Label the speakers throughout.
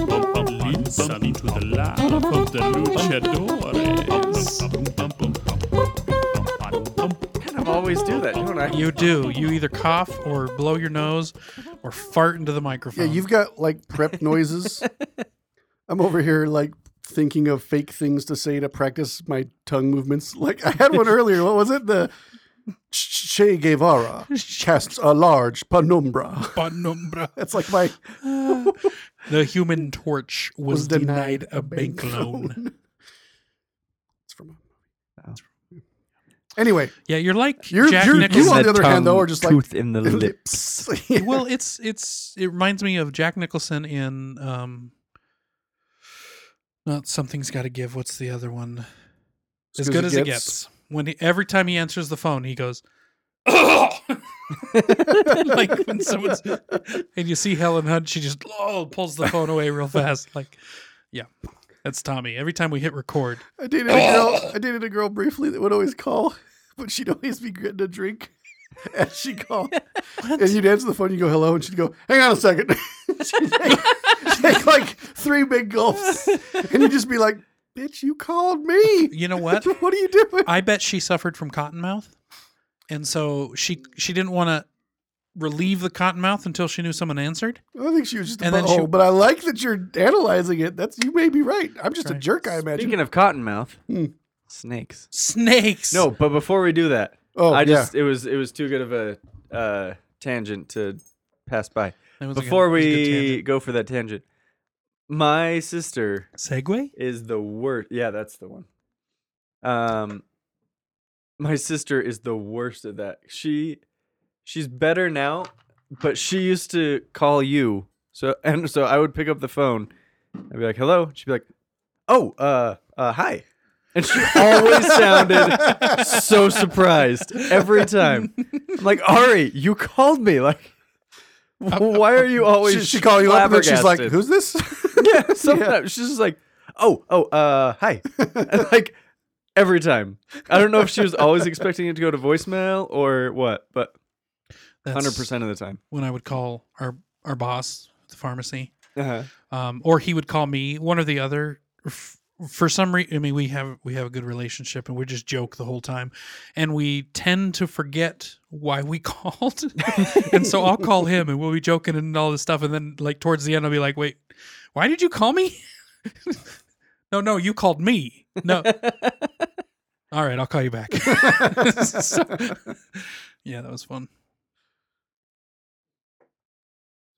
Speaker 1: Listen to the laugh of the luchadores.
Speaker 2: Kind of always do that, don't I?
Speaker 3: You do. You either cough or blow your nose or fart into the
Speaker 4: Yeah,
Speaker 3: microphone.
Speaker 4: you've got like prep noises. I'm over here like thinking of fake things to say to practice my tongue movements. Like I had one earlier. What was it? The Che Guevara casts a large penumbra.
Speaker 3: Penumbra.
Speaker 4: That's like my
Speaker 3: the human torch was, denied, a bank, loan.
Speaker 4: it's from a movie. Anyway,
Speaker 3: Yeah, you're like
Speaker 4: You're-
Speaker 3: Jack
Speaker 4: you're- you
Speaker 3: Nicholson.
Speaker 4: on the other hand, though, are just like-
Speaker 5: tooth in the lips.
Speaker 4: lips. Yeah.
Speaker 3: well, it's it's it reminds me of Jack Nicholson in um not something's got to give. What's the other one? As, good as it gets. When he, every time he answers the phone, he goes like when someone's and you see Helen Hunt, she just oh, pulls the phone away real fast like yeah. That's Tommy. Every time we hit record,
Speaker 4: I dated a girl. I dated a girl briefly that would always call, but she'd always be getting a drink as she called. And you'd answer the phone. You go hello, and she'd go, "Hang on a second. she'd take, take like three big gulps, and you'd just be like, "Bitch, you called me.
Speaker 3: you know what?
Speaker 4: what are you doing?"
Speaker 3: I bet she suffered from cottonmouth, and so she she didn't want to relieve the cottonmouth until she knew someone answered.
Speaker 4: I think she was just a
Speaker 3: And then she-
Speaker 4: butthole, but I like that you're analyzing it. That's you may be right. I'm just a
Speaker 3: Right.
Speaker 4: jerk, I imagine.
Speaker 5: Speaking of cottonmouth,
Speaker 4: Hmm.
Speaker 5: snakes.
Speaker 3: Snakes.
Speaker 5: No, but before we do that,
Speaker 4: oh,
Speaker 5: I
Speaker 4: yeah.
Speaker 5: just it was it was too good of a uh, tangent to pass by.
Speaker 3: That was a good-
Speaker 5: Before
Speaker 3: that was a good
Speaker 5: we
Speaker 3: tangent.
Speaker 5: go for that tangent, my sister
Speaker 3: segue,
Speaker 5: is the worst. Yeah, that's the one. Um, my sister is the worst at that. She, she's better now, but she used to call you. So and so, I would pick up the phone. I'd be like, "Hello," she'd be like, "Oh, uh, uh, hi," and she always sounded so surprised every time. I'm like, "Ari, you called me. Like, why are you always?"
Speaker 4: she, Uh, she called you up and then she's like,
Speaker 5: flabbergasted?"
Speaker 4: "Who's this?"
Speaker 5: yeah, sometimes she's just like, oh, oh, uh, hi. And, like every time. I don't know if she was always expecting it to go to voicemail or what, but
Speaker 3: That's
Speaker 5: 100% of the time.
Speaker 3: when I would call our our boss at the pharmacy,
Speaker 5: Uh-huh.
Speaker 3: um, or he would call me, one or the other. F- For some reason, I mean, we have we have a good relationship, and we just joke the whole time, and we tend to forget why we called, and so I'll call him, and we'll be joking and all this stuff, and then like towards the end, I'll be like, "Wait, why did you call me?" no, no, you called me. No. all right, I'll call you back. So- yeah, that was fun.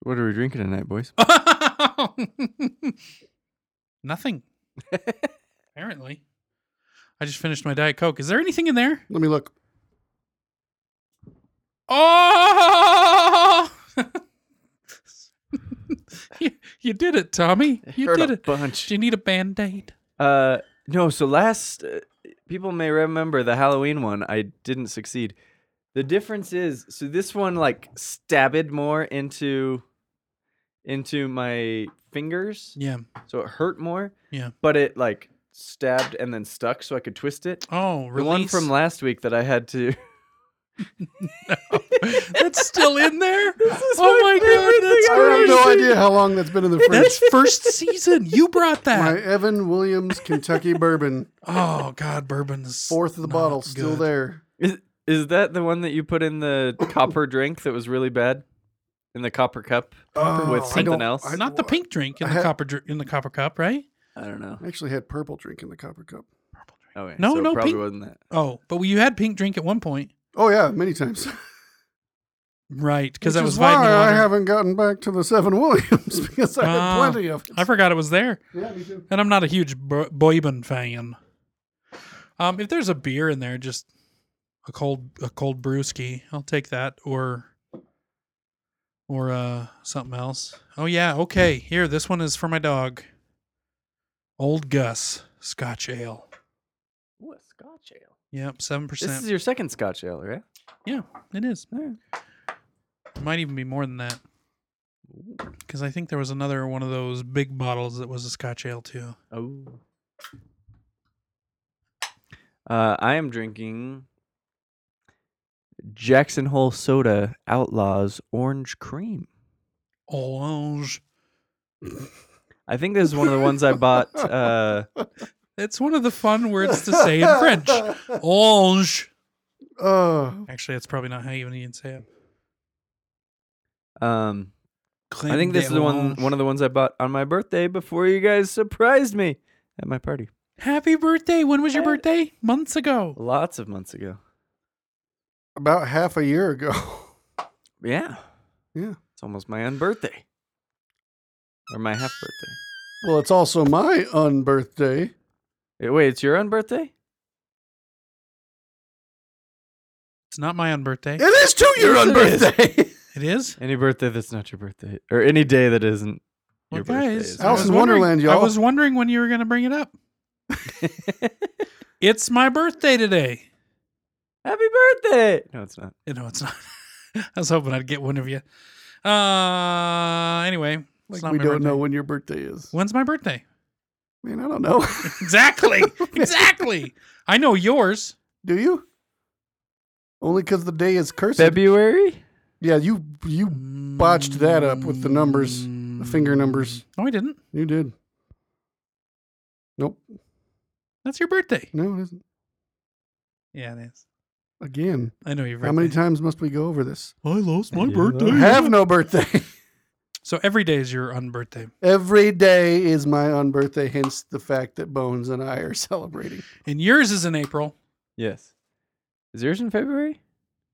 Speaker 5: What are we drinking tonight, boys?
Speaker 3: Nothing. Apparently. I just finished my Diet Coke. Is there anything in there?
Speaker 4: Let me look.
Speaker 3: Oh! you, you did it, Tommy. You
Speaker 5: Heard
Speaker 3: did
Speaker 5: a
Speaker 3: it.
Speaker 5: bunch.
Speaker 3: Do you need a band aid?
Speaker 5: Uh, no, so last, uh, people may remember the Halloween one. I didn't succeed. The difference is, so this one like stabbed more into into my fingers,
Speaker 3: Yeah.
Speaker 5: so it hurt more.
Speaker 3: Yeah.
Speaker 5: But it like stabbed and then stuck, so I could twist it.
Speaker 3: Oh,
Speaker 5: The one from
Speaker 3: release.
Speaker 5: last week that I had to.
Speaker 3: That's still in there? oh my, god, that's
Speaker 4: I have
Speaker 3: crazy.
Speaker 4: no idea how long that's been in the fridge.
Speaker 3: That's first season. You brought that.
Speaker 4: My Evan Williams Kentucky bourbon,
Speaker 3: oh god, bourbon's
Speaker 4: fourth of the
Speaker 3: not
Speaker 4: bottle, still
Speaker 3: good.
Speaker 4: there.
Speaker 5: Is, is that the one that you put in the copper drink that was really bad? In the copper cup with
Speaker 4: Oh, I
Speaker 5: something
Speaker 4: don't-
Speaker 5: else?
Speaker 4: I-
Speaker 3: Not the pink drink in
Speaker 4: I
Speaker 3: the
Speaker 4: had-
Speaker 3: copper dr- in the copper cup, right?
Speaker 5: I don't know.
Speaker 4: I actually had purple drink in the copper cup.
Speaker 5: Oh, wait,
Speaker 3: No,
Speaker 5: so it
Speaker 3: no,
Speaker 5: probably
Speaker 3: pink-
Speaker 5: wasn't that.
Speaker 3: Oh, but you had pink drink at one point,
Speaker 4: Oh yeah, many times.
Speaker 3: right? Because
Speaker 4: Which
Speaker 3: that
Speaker 4: is
Speaker 3: was
Speaker 4: why
Speaker 3: vitamin
Speaker 4: I
Speaker 3: water.
Speaker 4: haven't gotten back to the Seven Williams because I
Speaker 3: Ah,
Speaker 4: had plenty of.
Speaker 3: I forgot it was there,
Speaker 4: yeah, me too.
Speaker 3: and I'm not a huge bo- bourbon fan. Um, if there's a beer in there, just a cold a cold brewski, I'll take that, or or uh something else. Oh yeah, okay. Here, this one is for my dog. Old Gus Scotch Ale.
Speaker 5: Ooh, a Scotch ale.
Speaker 3: Yep, seven
Speaker 5: This
Speaker 3: percent.
Speaker 5: is your second Scotch ale, right?
Speaker 3: Yeah, it is. It might even be more than that. Because I think there was another one of those Oh. big bottles that was a Scotch ale too.
Speaker 5: Oh. Uh, I am drinking Jackson Hole Soda Outlaws Orange Cream.
Speaker 3: Orange.
Speaker 5: I think this is one of the ones I bought. Uh,
Speaker 3: That's one of the fun words to say in French. Orange.
Speaker 4: Oh,
Speaker 3: Actually, that's probably not how you even say it.
Speaker 5: um, I think this is the one one of the ones I bought on my birthday before you guys surprised me at my party.
Speaker 3: Happy birthday! When was your birthday? Months ago.
Speaker 5: Lots of months ago.
Speaker 4: about half a year ago.
Speaker 5: Yeah.
Speaker 4: Yeah.
Speaker 5: It's almost my unbirthday. Or my half birthday.
Speaker 4: Well, it's also my unbirthday.
Speaker 5: Eh, Wait, it's your unbirthday?
Speaker 3: It's not my own birthday.
Speaker 4: It is too your
Speaker 5: Yes, it
Speaker 4: unbirthday.
Speaker 3: It is.
Speaker 5: Any birthday that's not your birthday. Or any day that isn't
Speaker 3: Well,
Speaker 5: your birthday.
Speaker 3: guys,
Speaker 5: is
Speaker 3: I
Speaker 5: my
Speaker 4: Alice
Speaker 3: was
Speaker 4: in
Speaker 3: wondering-
Speaker 4: Wonderland,
Speaker 3: I
Speaker 4: y'all.
Speaker 3: was wondering when you were going to bring it up.
Speaker 5: birthday.
Speaker 3: It's my birthday today.
Speaker 5: Happy birthday! No, it's not.
Speaker 3: You know, it's not. I was hoping I'd get one of you. Uh, anyway, it's
Speaker 4: Like
Speaker 3: not
Speaker 4: we
Speaker 3: my
Speaker 4: don't
Speaker 3: birthday.
Speaker 4: know when your birthday is.
Speaker 3: When's my birthday?
Speaker 4: Man, I don't know.
Speaker 3: Exactly. exactly. I know yours.
Speaker 4: Do you? Only because the day is cursed.
Speaker 5: February?
Speaker 4: Yeah, you you botched that up with the numbers, the finger numbers.
Speaker 3: Mm. No, I didn't.
Speaker 4: You did. Nope.
Speaker 3: That's your birthday.
Speaker 4: No, it isn't.
Speaker 3: Yeah, it is.
Speaker 4: Again.
Speaker 3: I know your birthday.
Speaker 4: How many times must we go over this?
Speaker 3: I lost my
Speaker 5: Yeah.
Speaker 3: birthday.
Speaker 4: I have no birthday.
Speaker 3: So every day is your unbirthday.
Speaker 4: Every day is my unbirthday, hence the fact that Bones and I are celebrating.
Speaker 3: And yours is in April.
Speaker 5: Yes. Is yours in February?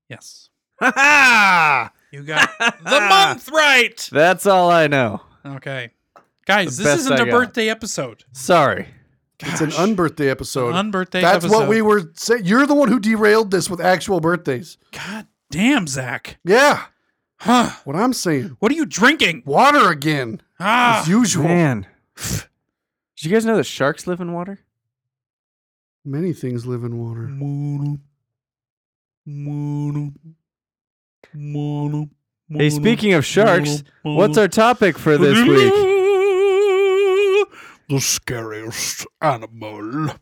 Speaker 3: Yes.
Speaker 5: Ha ha!
Speaker 3: You got the month right.
Speaker 5: That's all I know.
Speaker 3: Okay. Guys,
Speaker 5: The
Speaker 3: this
Speaker 5: best
Speaker 3: isn't
Speaker 5: I
Speaker 3: a
Speaker 5: got.
Speaker 3: birthday episode.
Speaker 5: Sorry.
Speaker 4: It's an unbirthday episode.
Speaker 3: unbirthday
Speaker 4: That's
Speaker 3: episode.
Speaker 4: what we were saying. You're the one who derailed this with actual birthdays.
Speaker 3: God damn, Zach.
Speaker 4: Yeah,
Speaker 3: Huh.
Speaker 4: what I'm saying.
Speaker 3: What are you drinking?
Speaker 4: Water again,
Speaker 3: Ah.
Speaker 4: as usual.
Speaker 5: Man. Did you guys know that sharks live in water?
Speaker 4: Many things live in water.
Speaker 3: Mono. Mono. Mono.
Speaker 5: Hey, speaking of sharks, what's our topic for this week?
Speaker 3: The scariest animal.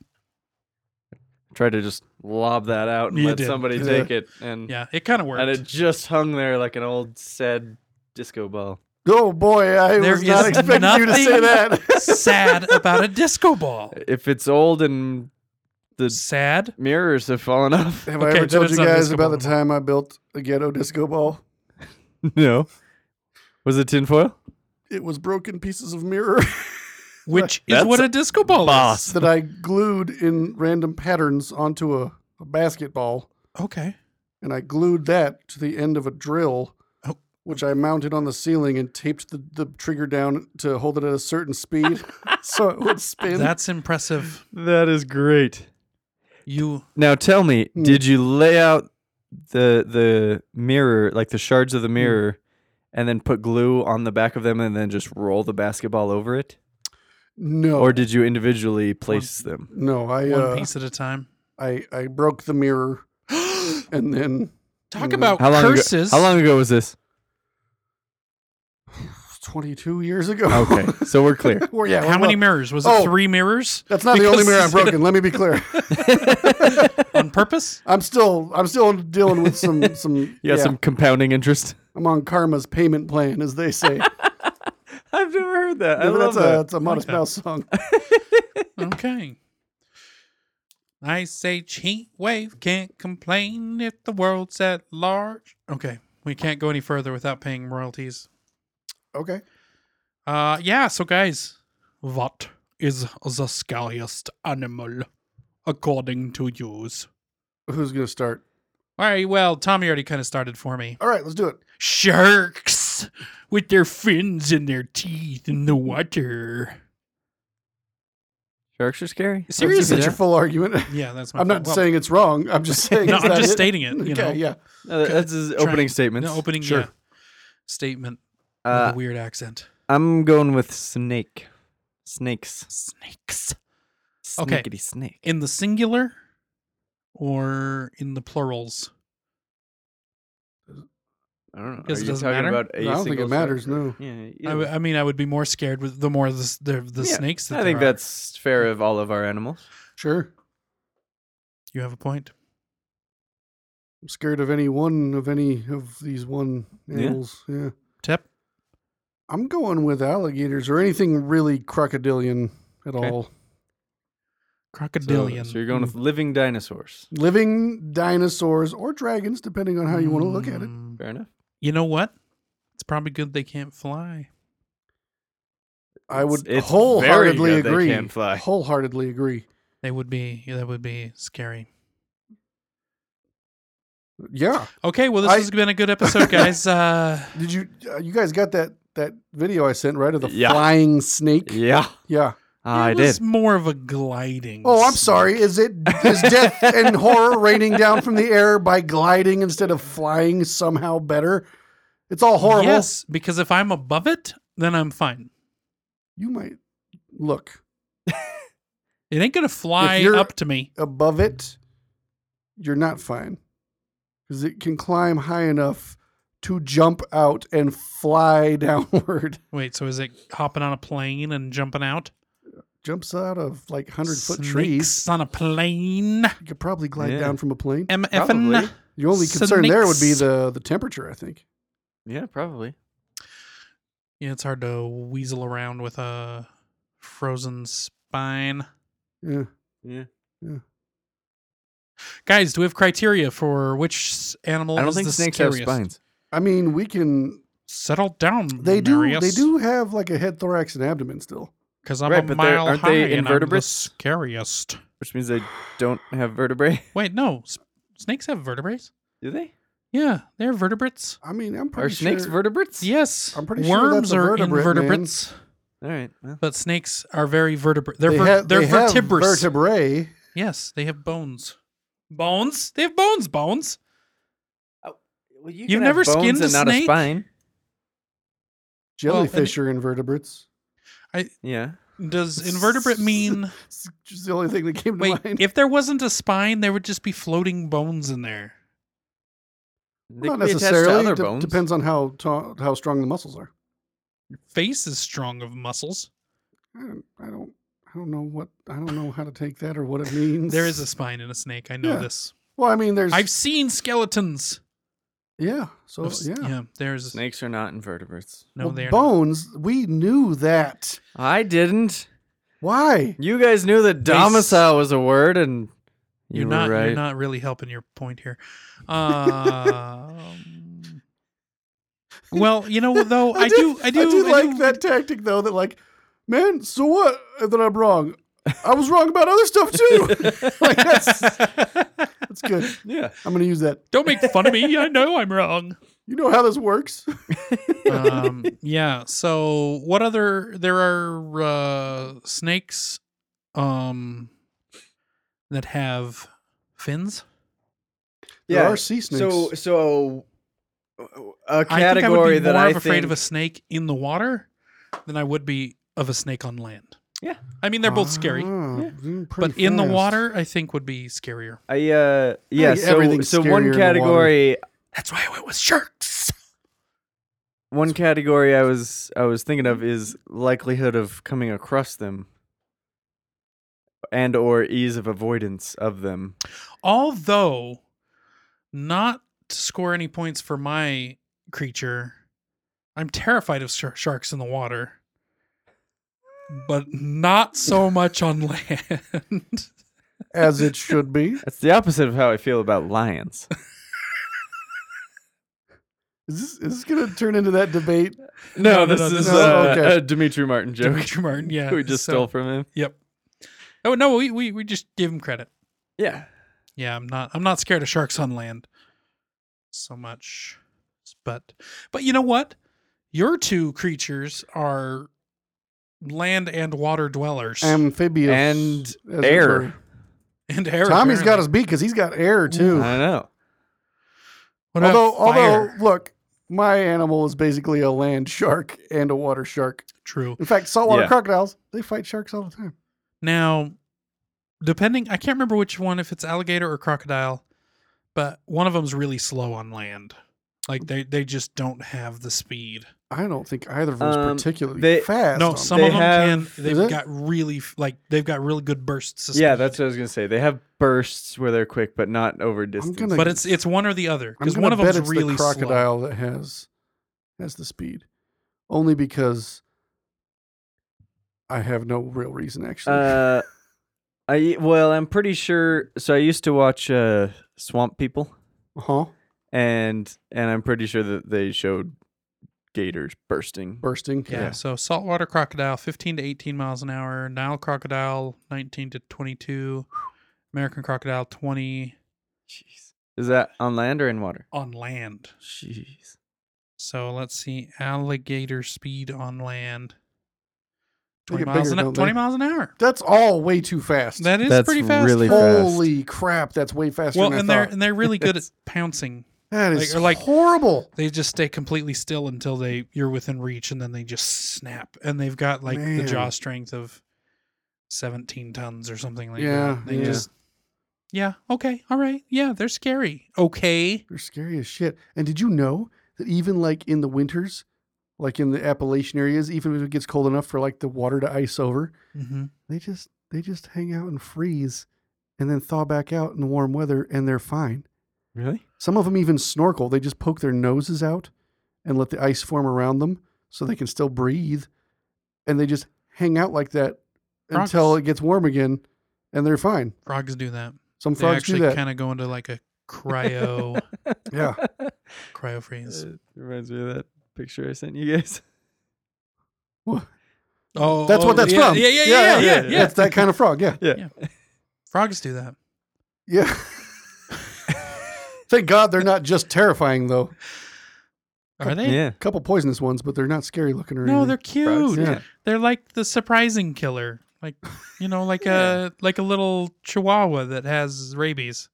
Speaker 5: Try to just lob that out and
Speaker 3: You
Speaker 5: let
Speaker 3: did.
Speaker 5: somebody
Speaker 4: Yeah.
Speaker 5: take it, and
Speaker 3: Yeah, it kind of worked.
Speaker 5: and it just hung there like an old sad disco ball.
Speaker 4: Oh boy, I
Speaker 3: There
Speaker 4: was not
Speaker 3: is
Speaker 4: expecting you to say
Speaker 3: nothing-
Speaker 4: that.
Speaker 3: sad about a disco ball.
Speaker 5: If it's old and the
Speaker 3: Sad.
Speaker 5: mirrors have fallen off,
Speaker 4: Have
Speaker 3: Okay,
Speaker 4: I ever
Speaker 3: then
Speaker 4: told
Speaker 3: it's
Speaker 4: you
Speaker 3: not
Speaker 4: guys
Speaker 3: disco
Speaker 4: about the
Speaker 3: ball.
Speaker 4: time I built a ghetto disco ball?
Speaker 5: no, was it tinfoil?
Speaker 4: It was broken pieces of mirror
Speaker 3: which is
Speaker 5: That's
Speaker 3: what a disco ball
Speaker 5: boss.
Speaker 4: that I glued in random patterns onto a, a basketball,
Speaker 3: is. Okay.
Speaker 4: and I glued that to the end of a drill,
Speaker 3: Oh.
Speaker 4: which I mounted on the ceiling and taped the, the trigger down to hold it at a certain speed so it would spin.
Speaker 3: That's impressive.
Speaker 5: That is great.
Speaker 3: You
Speaker 5: Now tell me,
Speaker 4: Hmm.
Speaker 5: did you lay out the the mirror like the shards
Speaker 4: Hmm.
Speaker 5: of the mirror, and then put glue on the back of them, and then just roll the basketball over it?
Speaker 4: no.
Speaker 5: Or did you individually place them?
Speaker 4: no, I,
Speaker 3: one
Speaker 4: uh,
Speaker 3: piece at a time.
Speaker 4: I I broke the mirror and then
Speaker 3: Talk
Speaker 4: Mm.
Speaker 3: about
Speaker 5: How long
Speaker 3: curses.
Speaker 5: Ago, how long ago was this?
Speaker 4: 22 years ago.
Speaker 5: Okay, so we're clear.
Speaker 4: Well, yeah,
Speaker 3: How
Speaker 4: well,
Speaker 3: many mirrors? Was it
Speaker 4: Oh.
Speaker 3: three mirrors
Speaker 4: That's not the only mirror I've
Speaker 3: Because-
Speaker 4: broken. Let me be clear.
Speaker 3: on purpose?
Speaker 4: I'm still I'm still dealing with some some
Speaker 5: You got
Speaker 4: yeah,
Speaker 5: some compounding interest.
Speaker 4: I'm on karma's payment plan, as they say.
Speaker 5: I've never heard that.
Speaker 4: Yeah, but that's a that's a
Speaker 3: like
Speaker 4: Modest
Speaker 3: that.
Speaker 4: Mouse song.
Speaker 3: Okay. I say cheat wave can't complain if the world's at large. Okay, we can't go any further without paying royalties.
Speaker 4: Okay.
Speaker 3: Uh, yeah. So, guys, what is the scariest animal according to yous?
Speaker 4: Who's gonna start?
Speaker 3: All right. Well, Tommy already kind of started for me.
Speaker 4: All right, let's do it.
Speaker 3: Sharks with their fins and their teeth in the water.
Speaker 5: Sharks are scary.
Speaker 4: That's
Speaker 3: Seriously?
Speaker 4: such a full argument.
Speaker 3: Yeah, that's my.
Speaker 4: I'm not
Speaker 3: fault. Well,
Speaker 4: saying it's wrong. I'm just saying.
Speaker 3: No,
Speaker 4: it's
Speaker 3: I'm
Speaker 4: not
Speaker 3: just
Speaker 4: it.
Speaker 3: stating it, you
Speaker 4: okay,
Speaker 3: know.
Speaker 4: yeah.
Speaker 5: No, that's his
Speaker 3: Trying-
Speaker 5: opening statement.
Speaker 3: No, opening
Speaker 5: Sure.
Speaker 3: yeah, statement with
Speaker 5: Uh,
Speaker 3: a weird accent.
Speaker 5: I'm going with snake. Snakes.
Speaker 3: Snakes Okay.
Speaker 5: Snakeity snake.
Speaker 3: in the singular or in the plurals.
Speaker 5: I don't know.
Speaker 3: Guess
Speaker 5: Are
Speaker 3: it
Speaker 5: you
Speaker 3: doesn't
Speaker 5: talking
Speaker 3: matter.
Speaker 5: about a
Speaker 4: No, I don't think
Speaker 5: single
Speaker 4: it
Speaker 5: shark?
Speaker 4: matters. No.
Speaker 5: Yeah,
Speaker 3: I,
Speaker 5: either
Speaker 3: w-
Speaker 5: way.
Speaker 3: I mean, I would be more scared with the more the the, the
Speaker 5: Yeah,
Speaker 3: snakes. That
Speaker 5: I think
Speaker 3: there are.
Speaker 5: that's fair of all of our animals.
Speaker 4: Sure.
Speaker 3: You have a point.
Speaker 4: I'm scared of any one of any of these one
Speaker 5: Yeah.
Speaker 4: animals. Yeah.
Speaker 3: Tip.
Speaker 4: I'm going with alligators or anything really crocodilian at
Speaker 3: Okay.
Speaker 4: all.
Speaker 3: Crocodilian.
Speaker 5: So, so you're going with living dinosaurs.
Speaker 4: Living dinosaurs or dragons, depending on how you want to look at it.
Speaker 3: Mm,
Speaker 5: Fair enough.
Speaker 3: You know what? It's probably good they can't fly.
Speaker 4: I
Speaker 3: Mm,
Speaker 4: would
Speaker 5: It's- it's
Speaker 4: wholeheartedly
Speaker 5: very good they
Speaker 4: agree.
Speaker 5: can't fly.
Speaker 4: Wholeheartedly agree.
Speaker 3: They would be. yeah, that would be scary.
Speaker 4: Yeah.
Speaker 3: Okay. Well, this
Speaker 4: I-
Speaker 3: has been a good episode, guys. uh,
Speaker 4: Did you? Uh, you guys got that that video I sent right of the
Speaker 5: Yeah.
Speaker 4: flying snake?
Speaker 5: Yeah,
Speaker 4: Yeah.
Speaker 5: I
Speaker 3: it was
Speaker 5: did.
Speaker 3: more of a gliding.
Speaker 4: Oh, I'm
Speaker 3: snake.
Speaker 4: sorry. Is it is death and horror raining down from the air by gliding instead of flying somehow better? It's all horrible.
Speaker 3: Yes, because if I'm above it, then I'm fine.
Speaker 4: You might look
Speaker 3: It ain't gonna fly
Speaker 4: you're-
Speaker 3: up to me.
Speaker 4: above it. You're not fine because it can climb high enough to jump out and fly downward.
Speaker 3: Wait, so is it hopping on a plane and jumping out?
Speaker 4: Jumps out of like hundred foot
Speaker 3: Snakes
Speaker 4: trees.
Speaker 3: on a plane.
Speaker 4: You could probably glide
Speaker 5: Yeah.
Speaker 4: down from a plane.
Speaker 3: MFN.
Speaker 5: Probably.
Speaker 4: Your only concern there would be
Speaker 3: Snakes.
Speaker 4: the the temperature, I think.
Speaker 5: Yeah, probably.
Speaker 3: Yeah, it's hard to weasel around with a frozen spine.
Speaker 4: Yeah.
Speaker 5: Yeah.
Speaker 3: Guys, do we have criteria for which s- animal
Speaker 5: I don't
Speaker 3: is
Speaker 5: think
Speaker 3: the
Speaker 5: snakes
Speaker 3: scariest?
Speaker 5: have spines.
Speaker 4: I mean, we can.
Speaker 3: Settle down.
Speaker 4: They do. They
Speaker 3: Marius,
Speaker 4: do have like a head, thorax, and abdomen still.
Speaker 3: Because I'm
Speaker 5: Right,
Speaker 3: a
Speaker 5: but they're-
Speaker 3: mile
Speaker 5: aren't
Speaker 3: high
Speaker 5: they
Speaker 3: and I'm the
Speaker 5: invertebrates?
Speaker 3: scariest.
Speaker 5: Which means they don't have vertebrae.
Speaker 3: Wait, no. s- Snakes have vertebrae.
Speaker 5: Do they?
Speaker 3: Yeah, they're vertebrates.
Speaker 4: I mean, I'm pretty
Speaker 5: Are snakes
Speaker 4: sure.
Speaker 5: vertebrates?
Speaker 3: Yes,
Speaker 4: I'm pretty sure
Speaker 3: worms
Speaker 4: that's a
Speaker 3: are
Speaker 4: vertebrate, man.
Speaker 3: invertebrates,
Speaker 5: All right. Well,
Speaker 3: but snakes are very vertebrate. They're
Speaker 4: they
Speaker 3: ver-
Speaker 4: ha-
Speaker 3: they're
Speaker 4: they have
Speaker 3: vertebrates.
Speaker 4: vertebrae.
Speaker 3: yes, they have bones. Bones? They have bones. Bones.
Speaker 5: you
Speaker 3: You've never skinned a
Speaker 5: and not
Speaker 3: snake?
Speaker 5: a spine.
Speaker 3: Well, and-
Speaker 4: Jellyfish are invertebrates.
Speaker 5: Yeah.
Speaker 3: Does invertebrate mean?
Speaker 4: It's just the only thing that came to
Speaker 3: Wait,
Speaker 4: mind.
Speaker 3: if there wasn't a spine, there would just be floating bones in there.
Speaker 5: They
Speaker 4: Not
Speaker 5: could be attached to
Speaker 4: necessarily.
Speaker 5: other
Speaker 4: De-
Speaker 5: bones.
Speaker 4: Depends on how ta- how strong the muscles are.
Speaker 3: Face is strong of muscles.
Speaker 4: I don't. I don't. I don't know what. I don't know how to take that or what it means.
Speaker 3: There is a spine in a snake. I know
Speaker 4: Yeah.
Speaker 3: this.
Speaker 4: Well, I mean, there's.
Speaker 3: I've seen skeletons.
Speaker 4: yeah. So
Speaker 3: of s-
Speaker 4: yeah.
Speaker 3: there's
Speaker 5: Snakes are not invertebrates.
Speaker 3: no
Speaker 4: Well,
Speaker 3: there.
Speaker 4: bones. We knew that.
Speaker 5: I didn't.
Speaker 4: Why?
Speaker 5: You guys knew that domicile was a word, and you
Speaker 3: You're
Speaker 5: were
Speaker 3: not.
Speaker 5: right.
Speaker 3: You're not really helping your point here. Um, well, you know though, I, do, I do.
Speaker 4: like that tactic though. That like, man, so what? uh, That I'm wrong. I was wrong about other stuff too. like that's that's good.
Speaker 5: Yeah.
Speaker 4: I'm gonna use that.
Speaker 3: Don't make fun of me. I know I'm wrong.
Speaker 4: You know how this works.
Speaker 3: Um, yeah. So, what other? There are uh, snakes um, that have fins.
Speaker 4: There
Speaker 5: Yeah,
Speaker 4: are sea snakes.
Speaker 5: So, so a
Speaker 3: I think I
Speaker 5: category
Speaker 3: would be
Speaker 5: that
Speaker 3: more
Speaker 5: I
Speaker 3: of afraid
Speaker 5: think
Speaker 3: of a snake in the water than I would be of a snake on land.
Speaker 5: Yeah.
Speaker 3: I mean, they're both scary.
Speaker 4: Ah,
Speaker 5: Yeah.
Speaker 4: mm,
Speaker 3: but
Speaker 4: pretty
Speaker 3: in the
Speaker 4: fast.
Speaker 3: water, I think would be scarier.
Speaker 5: I uh yeah,
Speaker 4: think
Speaker 5: so
Speaker 4: everything's
Speaker 5: so
Speaker 4: scarier in
Speaker 5: one
Speaker 4: the
Speaker 5: category
Speaker 3: That's why I went with sharks.
Speaker 5: one category I was I was thinking of is likelihood of coming across them and or ease of avoidance of them.
Speaker 3: Although, not to score any points for my creature, I'm terrified of shar sharks in the water, but not so much on land.
Speaker 4: as it should be.
Speaker 5: That's the opposite of how I feel about lions.
Speaker 4: Is this, is this gonna turn into that debate?
Speaker 3: No, no, no, this
Speaker 4: is, uh, okay.
Speaker 5: a Dimitri Martin joke
Speaker 3: Dimitri Martin, yeah,
Speaker 5: we just
Speaker 3: so-
Speaker 5: stole from him.
Speaker 3: Yep. Oh no, we, we we just give him credit.
Speaker 5: Yeah.
Speaker 3: Yeah, I'm not I'm not scared of sharks on land so much. But but you know what? Your two creatures are land and water dwellers.
Speaker 4: Amphibious
Speaker 5: And
Speaker 4: as it
Speaker 5: air.
Speaker 4: were.
Speaker 3: and air.
Speaker 4: Tommy's got his
Speaker 3: apparently.
Speaker 4: beat because he's got air too.
Speaker 5: I know.
Speaker 3: Uh, What about
Speaker 4: although, although,
Speaker 3: fire?
Speaker 4: look, my animal is basically a land shark and a water shark.
Speaker 3: true.
Speaker 4: In fact, saltwater
Speaker 5: Yeah.
Speaker 4: crocodiles, they fight sharks all the time.
Speaker 3: Now, depending, I can't remember which one, if it's alligator or crocodile, but one of them's really slow on land. Like they, they just don't have the speed.
Speaker 4: I don't think either of them is
Speaker 5: Um,
Speaker 4: particularly
Speaker 5: they-
Speaker 4: fast.
Speaker 3: No,
Speaker 4: on
Speaker 3: some
Speaker 4: that.
Speaker 5: They
Speaker 3: of them
Speaker 5: have-
Speaker 3: can.
Speaker 4: Is it?
Speaker 3: They've got really f- like they've got really good bursts.
Speaker 5: Yeah, that's what I was gonna say. They have bursts where they're quick, but not over distance.
Speaker 4: gonna-
Speaker 3: But it's it's one or the other
Speaker 4: I'm
Speaker 3: because one
Speaker 4: gonna
Speaker 3: of them's
Speaker 4: bet it's
Speaker 3: really
Speaker 4: the crocodile that has has the speed, only because I have no real reason actually.
Speaker 5: Uh, I well, I'm pretty sure. So I used to watch uh, Swamp People,
Speaker 4: huh?
Speaker 5: and and I'm pretty sure that they showed gators bursting.
Speaker 4: Bursting.
Speaker 3: slow. Yeah,
Speaker 5: yeah.
Speaker 3: So saltwater crocodile, fifteen to eighteen miles an hour. Nile crocodile, nineteen to twenty-two. American crocodile, twenty
Speaker 5: Jeez, is that on land or in water?
Speaker 3: on land.
Speaker 5: Jeez,
Speaker 3: So let's see, alligator speed on land.
Speaker 4: They
Speaker 3: Twenty
Speaker 4: get
Speaker 3: miles
Speaker 4: bigger,
Speaker 3: an hour.
Speaker 4: don't they?
Speaker 3: Twenty miles an hour.
Speaker 4: That's all way too fast.
Speaker 3: That is
Speaker 5: That's
Speaker 3: pretty fast.
Speaker 5: really
Speaker 4: Holy crap! That's way faster.
Speaker 3: well,
Speaker 4: than
Speaker 3: and
Speaker 4: I
Speaker 3: they're
Speaker 4: thought.
Speaker 3: and they're really good at pouncing.
Speaker 4: that is
Speaker 3: like- like-
Speaker 4: horrible.
Speaker 3: They just stay completely still until they you're within reach, and then they just snap. And they've got like the jaw
Speaker 4: Man.
Speaker 3: strength of seventeen tons or something like
Speaker 4: Yeah,
Speaker 3: that. They
Speaker 4: yeah.
Speaker 3: just yeah, okay, all right, yeah, they're scary. Okay,
Speaker 4: They're scary as shit. And did you know that even like in the winters, like in the Appalachian areas, even if it gets cold enough for like the water to ice over,
Speaker 3: mm-hmm.
Speaker 4: they just they just hang out and freeze, and then thaw back out in the warm weather, and they're fine.
Speaker 5: really?
Speaker 4: Some of them even snorkel. They just poke their noses out and let the ice form around them so they can still breathe. And they just hang out like that until
Speaker 3: Frogs.
Speaker 4: it gets warm again and they're fine.
Speaker 3: frogs do that.
Speaker 4: Some
Speaker 3: They
Speaker 4: frogs do
Speaker 3: actually
Speaker 4: that.
Speaker 3: kind of go into like a cryo
Speaker 4: Yeah.
Speaker 3: cryo freeze.
Speaker 5: Uh, It reminds me of that picture I sent you guys.
Speaker 3: Oh,
Speaker 4: That's
Speaker 3: oh,
Speaker 4: what that's
Speaker 3: yeah,
Speaker 4: from.
Speaker 3: Yeah, yeah, yeah, yeah, yeah.
Speaker 5: yeah.
Speaker 4: That's that kind of frog. Yeah.
Speaker 5: Yeah.
Speaker 3: Yeah. Frogs do that.
Speaker 4: Yeah. Thank God they're not just terrifying though.
Speaker 3: Are they?
Speaker 5: Yeah.
Speaker 4: A couple poisonous ones, but they're not scary looking or
Speaker 3: No,
Speaker 4: anything.
Speaker 3: they're
Speaker 5: Frogs,
Speaker 3: cute.
Speaker 5: yeah.
Speaker 3: They're like the surprising killer. Like you know, like
Speaker 5: Yeah.
Speaker 3: a like a little chihuahua that has rabies.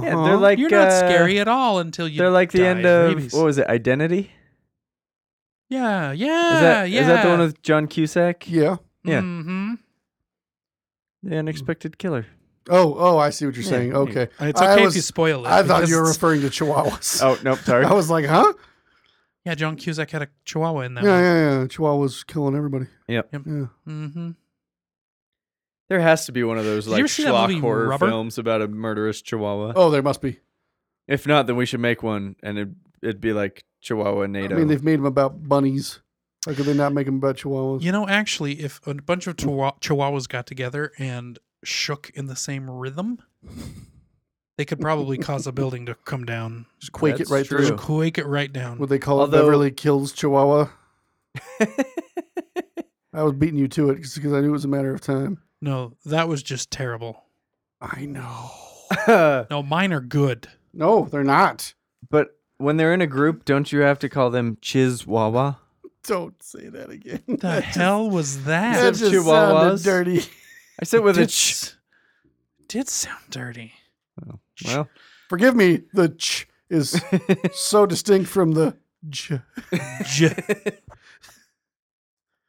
Speaker 5: Yeah,
Speaker 4: Uh-huh.
Speaker 5: they're like
Speaker 3: You're not
Speaker 5: uh,
Speaker 3: scary at all until you
Speaker 5: They're like the
Speaker 3: die
Speaker 5: end of
Speaker 3: rabies.
Speaker 5: what was it? Identity.
Speaker 3: Yeah,
Speaker 5: Is
Speaker 3: yeah,
Speaker 5: that
Speaker 3: yeah.
Speaker 5: is that the one with John Cusack?
Speaker 4: Yeah.
Speaker 5: yeah.
Speaker 3: Mm-hmm.
Speaker 5: The unexpected killer.
Speaker 4: Oh, oh, I see what you're
Speaker 5: Yeah,
Speaker 4: saying.
Speaker 5: yeah.
Speaker 4: Okay.
Speaker 3: It's
Speaker 4: I
Speaker 3: okay if
Speaker 4: was-
Speaker 3: you spoil it.
Speaker 4: I thought you were
Speaker 3: because-
Speaker 4: referring to chihuahuas.
Speaker 5: Oh nope, sorry.
Speaker 4: I was like, huh?
Speaker 3: Yeah, John Cusack had a chihuahua in that
Speaker 4: Yeah, yeah, yeah. Chihuahuas killing everybody.
Speaker 5: Yep.
Speaker 3: Yep.
Speaker 4: Yeah.
Speaker 3: one. Mm-hmm.
Speaker 5: There has to be one of those
Speaker 3: Did you
Speaker 5: like
Speaker 3: ever see that
Speaker 5: schlock
Speaker 3: movie,
Speaker 5: horror
Speaker 3: Rubber?
Speaker 5: films about a murderous chihuahua.
Speaker 4: Oh, there must be.
Speaker 5: If not, then we should make one, and it'd, it'd be like Chihuahua NATO.
Speaker 4: I mean, they've made them about bunnies. How could they not make them about chihuahuas?
Speaker 3: You know, actually, if a bunch of chihuah- chihuahuas got together and shook in the same rhythm, they could probably cause a building to come down.
Speaker 4: Just quake
Speaker 5: That's
Speaker 4: it right
Speaker 5: true.
Speaker 4: through.
Speaker 3: Quake it right down.
Speaker 4: What they call
Speaker 5: Although-
Speaker 4: it Beverly Kills Chihuahua. I was beating you to it because I knew it was a matter of time.
Speaker 3: No, that was just terrible.
Speaker 4: I know.
Speaker 3: No, mine are good.
Speaker 4: No, they're not.
Speaker 5: but when they're in a group, don't you have to call them Chihuahua?
Speaker 4: Don't say that again.
Speaker 3: The hell was
Speaker 4: That
Speaker 3: that?
Speaker 4: just
Speaker 5: Instead of
Speaker 4: sounded
Speaker 5: chihuahuas?
Speaker 4: dirty.
Speaker 5: I said with a
Speaker 3: Did,
Speaker 5: ch.
Speaker 3: s- did sound dirty.
Speaker 5: Well,
Speaker 4: Forgive me. The ch is so distinct from the j.
Speaker 3: J-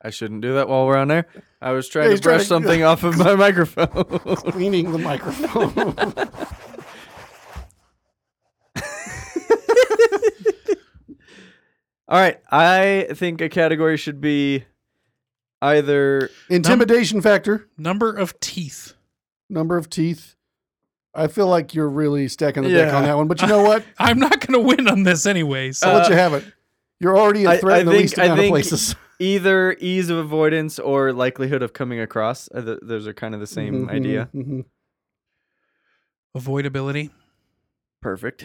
Speaker 5: I shouldn't do that while we're on air. I was trying
Speaker 4: he's
Speaker 5: to brush
Speaker 4: trying to-
Speaker 5: something off of my microphone.
Speaker 4: Cleaning the microphone.
Speaker 5: All right, I think a category should be either
Speaker 4: Intimidation factor.
Speaker 3: Number of teeth.
Speaker 4: Number of teeth. I feel like you're really stacking the deck
Speaker 5: Yeah.
Speaker 4: on that one, but you know what?
Speaker 3: I'm not going to win on this anyway. So
Speaker 4: I'll let you have it. You're already
Speaker 5: Uh, I-
Speaker 4: a threat
Speaker 5: I
Speaker 4: in the
Speaker 5: think-
Speaker 4: least
Speaker 5: I
Speaker 4: amount of
Speaker 5: think-
Speaker 4: places.
Speaker 5: either ease of avoidance or likelihood of coming across. Uh, th- those are kind of the same
Speaker 4: Mhm,
Speaker 5: idea.
Speaker 4: mhm.
Speaker 3: avoidability.
Speaker 5: Perfect.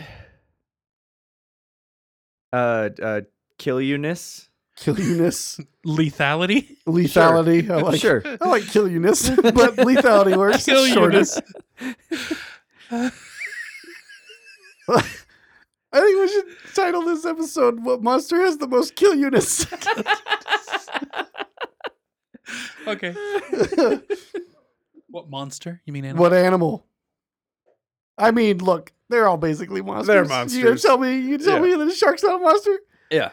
Speaker 5: Uh, uh, kill you-ness.
Speaker 4: Kill you-ness.
Speaker 3: Lethality.
Speaker 4: Lethality. I like,
Speaker 5: sure.
Speaker 4: I like kill you-ness, but lethality works.
Speaker 3: Kill
Speaker 4: It's shorter.
Speaker 3: you-ness.
Speaker 4: I think we should title this episode What Monster Has the Most Kill You-ness.
Speaker 3: Okay. What monster? You mean animal?
Speaker 4: what animal? I mean, look, they're all basically monsters. You gonna
Speaker 5: monsters.
Speaker 4: tell me, you tell
Speaker 5: Yeah.
Speaker 4: me that a shark's not a monster?
Speaker 5: Yeah.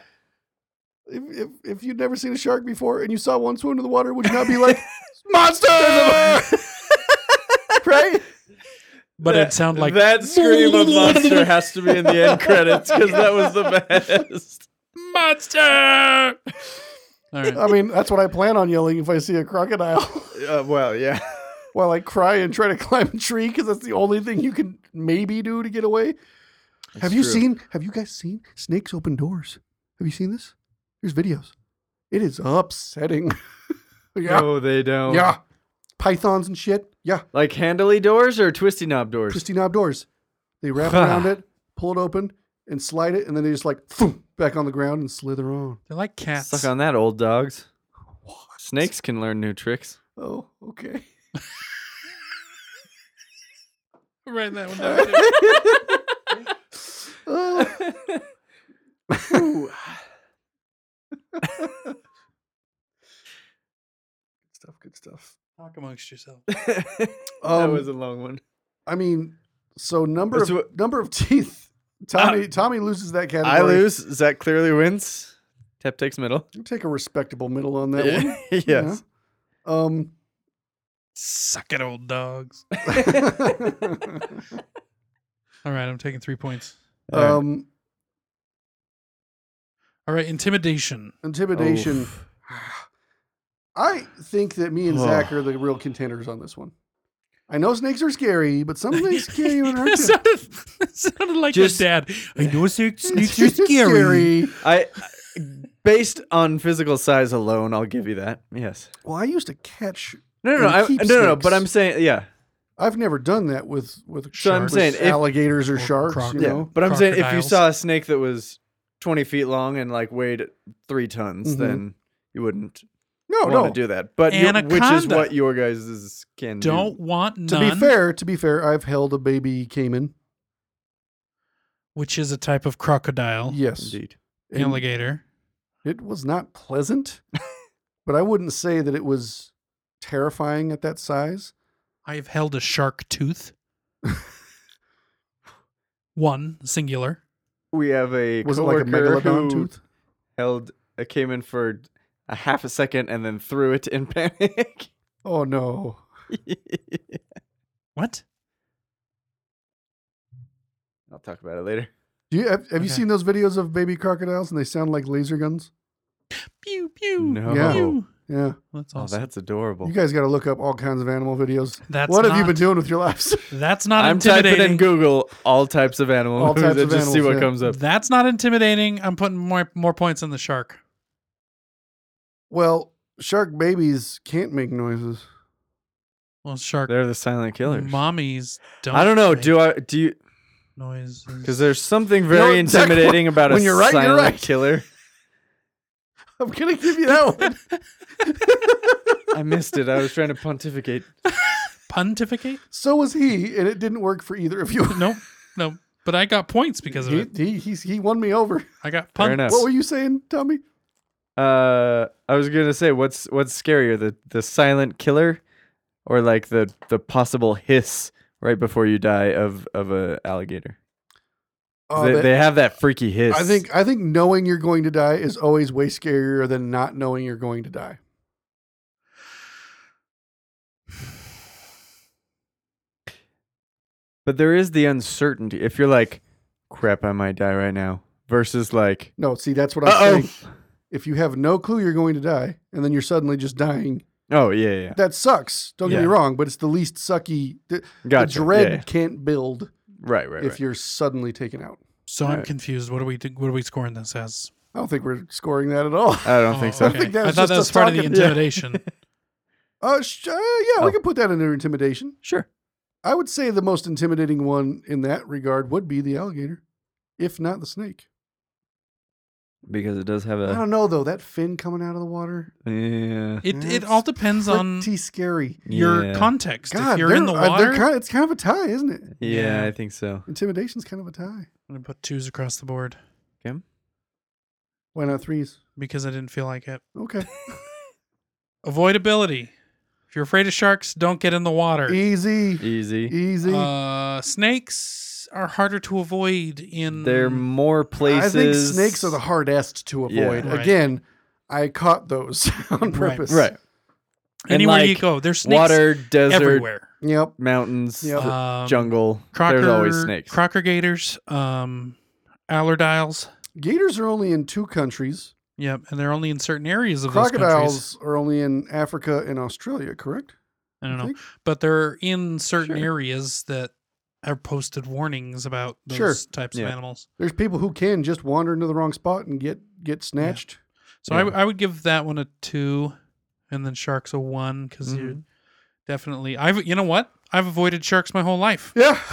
Speaker 4: If, if, if you'd never seen a shark before and you saw one swim in the water, would you not be like, monster? right?
Speaker 3: But it'd sound like
Speaker 5: that scream of monster has to be in the end credits because that was the best.
Speaker 3: monster. All right.
Speaker 4: I mean, that's what I plan on yelling if I see a crocodile
Speaker 5: Uh, well, yeah.
Speaker 4: while I cry and try to climb a tree because that's the only thing you can maybe do to get away. have you seen? Have you guys seen snakes open doors? Have you seen this? There's videos. It is upsetting. yeah,
Speaker 5: No, they don't.
Speaker 4: yeah. Pythons and shit. Yeah,
Speaker 5: Like handily doors or twisty knob doors?
Speaker 4: twisty knob doors. They wrap around it, pull it open, and slide it, and then they just like phoom, back on the ground and slither on.
Speaker 3: They're like cats.
Speaker 5: Suck on that, old dogs. Snakes can learn new tricks.
Speaker 4: Oh, okay.
Speaker 3: Write that one down. too.
Speaker 4: Oh. Ooh. good stuff. Good stuff.
Speaker 3: Talk amongst yourself.
Speaker 5: that
Speaker 4: Um,
Speaker 5: was a long one.
Speaker 4: I mean, so number
Speaker 5: That's
Speaker 4: of,
Speaker 5: what-
Speaker 4: number of teeth. Tommy Tommy loses that category.
Speaker 5: I lose. Zach clearly wins. Tep takes middle.
Speaker 4: You take a respectable middle on that one.
Speaker 5: yes.
Speaker 4: Yeah. Um,
Speaker 3: Suck it, old dogs. All right, I'm taking three points.
Speaker 5: All right.
Speaker 4: um,
Speaker 3: All right, intimidation.
Speaker 4: intimidation.
Speaker 5: Oof.
Speaker 4: I think that me and Zach are the real contenders on this one. I know snakes are scary, but some snakes scare you and
Speaker 3: that,
Speaker 4: hurt you.
Speaker 3: sounded, that sounded like
Speaker 5: Just-
Speaker 3: your dad. I know snakes snakes are
Speaker 4: It's
Speaker 3: scary.
Speaker 5: I, based on physical size alone, I'll give you that. Yes.
Speaker 4: Well, I used to catch.
Speaker 5: No, no, no,
Speaker 4: And
Speaker 5: I, no,
Speaker 4: keep
Speaker 5: no, no. But
Speaker 4: snakes.
Speaker 5: I'm saying, yeah,
Speaker 4: I've never done that with with
Speaker 5: So I'm
Speaker 4: sharks,
Speaker 5: saying if-
Speaker 4: alligators or
Speaker 3: or
Speaker 4: sharks.
Speaker 3: croc-
Speaker 4: you
Speaker 5: yeah.
Speaker 4: know,
Speaker 5: But I'm saying, if you
Speaker 3: crocodiles.
Speaker 5: saw a snake that was 20 feet long and like weighed three tons,
Speaker 4: Mhm.
Speaker 5: then you wouldn't
Speaker 4: no,
Speaker 5: want
Speaker 4: no.
Speaker 5: to do that. But you- which is
Speaker 3: Anaconda.
Speaker 5: what your guys can do.
Speaker 3: Don't want none.
Speaker 4: To be fair, to be fair, I've held a baby caiman.
Speaker 3: which is a type of crocodile,
Speaker 4: Yes,
Speaker 5: Indeed.
Speaker 4: and
Speaker 3: alligator.
Speaker 4: it was not pleasant, but I wouldn't say that it was terrifying at that size.
Speaker 3: I've held a shark tooth. One singular.
Speaker 5: We have a
Speaker 4: Was it like a
Speaker 5: coworker who
Speaker 4: megalodon tooth?
Speaker 5: held a caiman for a half a second and then threw it in panic.
Speaker 4: Oh no!
Speaker 3: What?
Speaker 5: I'll talk about it later.
Speaker 4: Do you have, have
Speaker 3: Okay.
Speaker 4: you seen those videos of baby crocodiles and they sound like laser guns?
Speaker 3: Pew pew.
Speaker 5: No.
Speaker 4: Yeah.
Speaker 3: Pew.
Speaker 4: Yeah,
Speaker 3: That's
Speaker 5: Oh,
Speaker 3: awesome.
Speaker 5: that's adorable.
Speaker 4: you guys got to look up all kinds of animal videos.
Speaker 3: that's
Speaker 4: what
Speaker 3: not,
Speaker 4: have you been doing with your lives?
Speaker 3: That's not
Speaker 5: I'm typing
Speaker 3: intimidating.
Speaker 5: in Google all types of animals
Speaker 4: All types
Speaker 5: and
Speaker 4: of
Speaker 5: just see
Speaker 4: animals,
Speaker 5: what
Speaker 4: yeah.
Speaker 5: comes up.
Speaker 3: That's not intimidating. I'm putting more more points on the shark.
Speaker 4: well, shark babies can't make noises.
Speaker 3: Well, shark
Speaker 5: They're the silent killers.
Speaker 3: mommies don't.
Speaker 5: I don't know.
Speaker 3: make
Speaker 5: Do I? Do you?
Speaker 3: noises.
Speaker 5: Because there's something
Speaker 4: know,
Speaker 5: very
Speaker 4: Zach, when-
Speaker 5: intimidating about
Speaker 4: when
Speaker 5: a
Speaker 4: you're right, you're
Speaker 5: silent
Speaker 4: right.
Speaker 5: killer.
Speaker 4: I'm gonna give you that one.
Speaker 5: I missed it. I was trying to pontificate.
Speaker 3: pontificate?
Speaker 4: So was he, and it didn't work for either of you.
Speaker 3: Nope, no. But I got points because of
Speaker 4: He,
Speaker 3: it.
Speaker 4: he, he's, he won me over.
Speaker 3: I got
Speaker 5: Fair
Speaker 3: punts.
Speaker 5: enough.
Speaker 4: What were you saying, Tommy?
Speaker 5: Uh, I was gonna say, what's what's scarier, the the silent killer, or like the the possible hiss right before you die of of a alligator? 'Cause
Speaker 4: Oh,
Speaker 5: they,
Speaker 4: that-
Speaker 5: they have that freaky hiss.
Speaker 4: I think I think knowing you're going to die is always way scarier than not knowing you're going to die.
Speaker 5: but there is the uncertainty. If you're like, crap, I might die right now, versus like,
Speaker 4: No, see, that's what I'm
Speaker 5: uh
Speaker 4: saying. If you have no clue you're going to die, and then you're suddenly just dying,
Speaker 5: oh, oh yeah, yeah,
Speaker 4: that sucks. Don't get me
Speaker 5: Yeah.
Speaker 4: wrong, but it's the least sucky. The,
Speaker 5: yeah.
Speaker 4: the
Speaker 5: gotcha. yeah,
Speaker 4: dread
Speaker 5: yeah.
Speaker 4: can't build
Speaker 5: Right, right,
Speaker 4: if
Speaker 5: right.
Speaker 4: you're suddenly taken out.
Speaker 3: So I'm
Speaker 5: Right.
Speaker 3: confused. What are we do- what are we scoring this as?
Speaker 4: I don't think we're scoring that at all.
Speaker 5: I don't think
Speaker 3: Oh,
Speaker 5: so.
Speaker 3: okay. I,
Speaker 4: think that was
Speaker 3: thought
Speaker 4: just
Speaker 3: that was
Speaker 4: us
Speaker 3: part of the
Speaker 4: talking.
Speaker 5: Yeah.
Speaker 3: intimidation.
Speaker 4: Uh, sh- uh, yeah,
Speaker 5: Oh.
Speaker 4: we can put that under intimidation.
Speaker 5: Sure.
Speaker 4: I would say the most intimidating one in that regard would be the alligator, if not the snake.
Speaker 5: Because it does have
Speaker 4: I
Speaker 5: a
Speaker 4: don't know though. That fin coming out of the water,
Speaker 5: yeah.
Speaker 3: it it
Speaker 4: That's
Speaker 3: all depends on
Speaker 4: pretty scary.
Speaker 3: your
Speaker 5: Yeah.
Speaker 3: context. if
Speaker 4: God,
Speaker 3: you're in the
Speaker 4: they're- uh, they're
Speaker 3: water,
Speaker 4: kind- it's kind of a tie, isn't it?
Speaker 5: yeah,
Speaker 3: Yeah.
Speaker 5: I think so.
Speaker 4: Intimidation's kind of a tie.
Speaker 3: I'm gonna put twos across the board
Speaker 4: Why not threes?
Speaker 3: because I didn't feel like it.
Speaker 4: Okay,
Speaker 3: Avoidability. If you're afraid of sharks, don't get in the water.
Speaker 4: easy,
Speaker 5: Easy.
Speaker 4: easy.
Speaker 3: Uh, snakes are harder to avoid in
Speaker 5: They're more
Speaker 4: I
Speaker 5: places.
Speaker 4: think snakes are the hardest to
Speaker 5: Yeah.
Speaker 4: avoid.
Speaker 3: Right.
Speaker 4: Again, I caught those on purpose.
Speaker 5: right. and
Speaker 3: anywhere you
Speaker 5: like,
Speaker 3: go. There's snakes
Speaker 5: Water, desert, uh,
Speaker 3: everywhere.
Speaker 4: Yep.
Speaker 5: mountains,
Speaker 4: Yep.
Speaker 5: th-
Speaker 3: Um,
Speaker 5: jungle.
Speaker 3: Crocker,
Speaker 5: There's always snakes.
Speaker 3: Crocker gators, um, allardyles.
Speaker 4: Gators are only in two countries.
Speaker 3: Yep, and they're only in certain areas of those countries.
Speaker 4: Crocodiles are only in Africa and Australia, correct?
Speaker 3: I don't know,
Speaker 4: think?
Speaker 3: but they're in certain
Speaker 5: Sure.
Speaker 3: areas that are posted warnings about those
Speaker 4: Sure.
Speaker 3: types
Speaker 5: Yeah.
Speaker 3: of animals.
Speaker 4: There's people who can just wander into the wrong spot and get get snatched.
Speaker 3: So I, w- I would give that one a two, and then sharks a one because you're
Speaker 5: Mm-hmm.
Speaker 3: definitely. I've you know what I've avoided sharks my whole life.
Speaker 4: Yeah.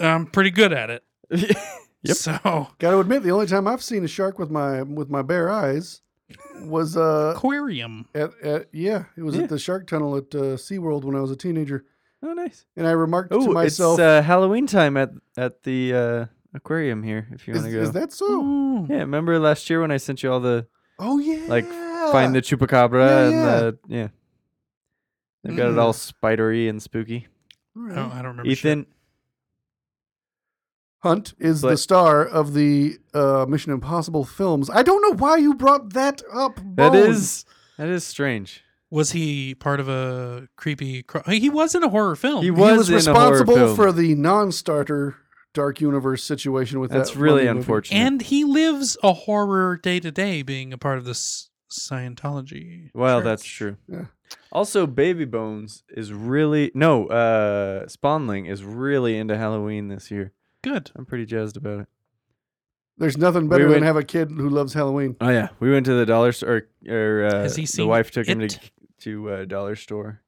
Speaker 3: I'm pretty good at it.
Speaker 5: Yep.
Speaker 3: So
Speaker 4: Got to admit, the only time I've seen a shark with my with my bare eyes was uh
Speaker 3: aquarium.
Speaker 4: at, at yeah, it was
Speaker 5: Yeah.
Speaker 4: at the Shark Tunnel at uh, SeaWorld when I was a teenager,
Speaker 5: oh, nice.
Speaker 4: and I remarked to
Speaker 5: Oh, it's
Speaker 4: myself,
Speaker 5: uh, Halloween time at at the uh, aquarium here. If you
Speaker 4: is,
Speaker 5: want to go,
Speaker 4: is that so?
Speaker 3: Ooh.
Speaker 5: yeah. Remember last year when I sent you all the
Speaker 4: Oh yeah,
Speaker 5: Like, find the chupacabra
Speaker 4: Ah.
Speaker 5: and
Speaker 4: Yeah, Mm. yeah.
Speaker 5: the yeah. They've got it all spidery and spooky.
Speaker 3: I don't, Oh, I don't remember. shit.
Speaker 5: Ethan,
Speaker 4: Hunt is the
Speaker 5: But-
Speaker 4: star of the uh, Mission Impossible films. I don't know why you brought that up.
Speaker 5: that
Speaker 4: Bone.
Speaker 5: is that is strange.
Speaker 3: was he part of a creepy? Cro- he was in a horror film.
Speaker 5: He
Speaker 4: he was,
Speaker 5: was in a horror
Speaker 4: responsible
Speaker 5: film.
Speaker 4: for the non-starter Dark Universe situation with
Speaker 5: That's
Speaker 4: that.
Speaker 5: really
Speaker 4: Mummy movie.
Speaker 5: unfortunate.
Speaker 3: and he lives a horror day to day, being a part of this Scientology.
Speaker 5: Well,
Speaker 3: church.
Speaker 5: that's true.
Speaker 4: Yeah.
Speaker 5: Also, Baby Bones is really no. Uh, Spawnling is really into Halloween this year.
Speaker 3: good.
Speaker 5: I'm pretty jazzed about it.
Speaker 4: There's nothing better than
Speaker 5: went-
Speaker 4: have a kid who loves Halloween.
Speaker 5: Oh yeah, we went to the dollar store. Or, uh,
Speaker 3: Has he
Speaker 5: the
Speaker 3: seen
Speaker 5: wife took him to
Speaker 3: it?
Speaker 5: to uh, dollar store,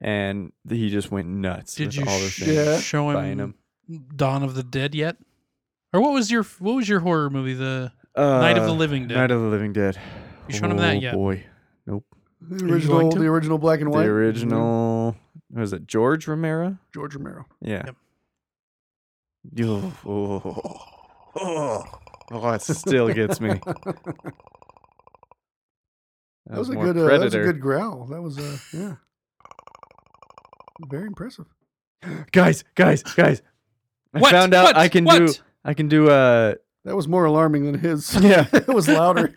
Speaker 5: and th- he just went nuts.
Speaker 3: Did
Speaker 5: with
Speaker 3: you
Speaker 5: all the
Speaker 3: sh-
Speaker 5: things.
Speaker 4: Yeah.
Speaker 3: show
Speaker 5: buying
Speaker 3: him Dawn of the Dead yet? Or what was your what was your horror movie? The Night of the
Speaker 5: Uh,
Speaker 3: Living Dead.
Speaker 5: Night of the Living Dead.
Speaker 3: You shown him that
Speaker 5: Oh,
Speaker 3: yet?
Speaker 5: Boy,
Speaker 4: The
Speaker 3: you going
Speaker 4: original,
Speaker 3: to?
Speaker 4: the Mm-hmm. original black and white. Mm-hmm.
Speaker 5: the original was it George Romero?
Speaker 4: George Romero.
Speaker 5: Yeah.
Speaker 3: Yep.
Speaker 5: Oh, oh, oh, oh, it still gets me.
Speaker 4: That was, a
Speaker 5: more
Speaker 4: good. Uh, that was a
Speaker 5: Predator.
Speaker 4: good growl. That was uh, yeah. Very impressive.
Speaker 5: guys, guys, guys. I
Speaker 3: What?
Speaker 5: found out
Speaker 3: What?
Speaker 5: I can do
Speaker 3: What?
Speaker 5: I can do uh
Speaker 4: That was more alarming than his.
Speaker 5: Yeah.
Speaker 4: it was louder.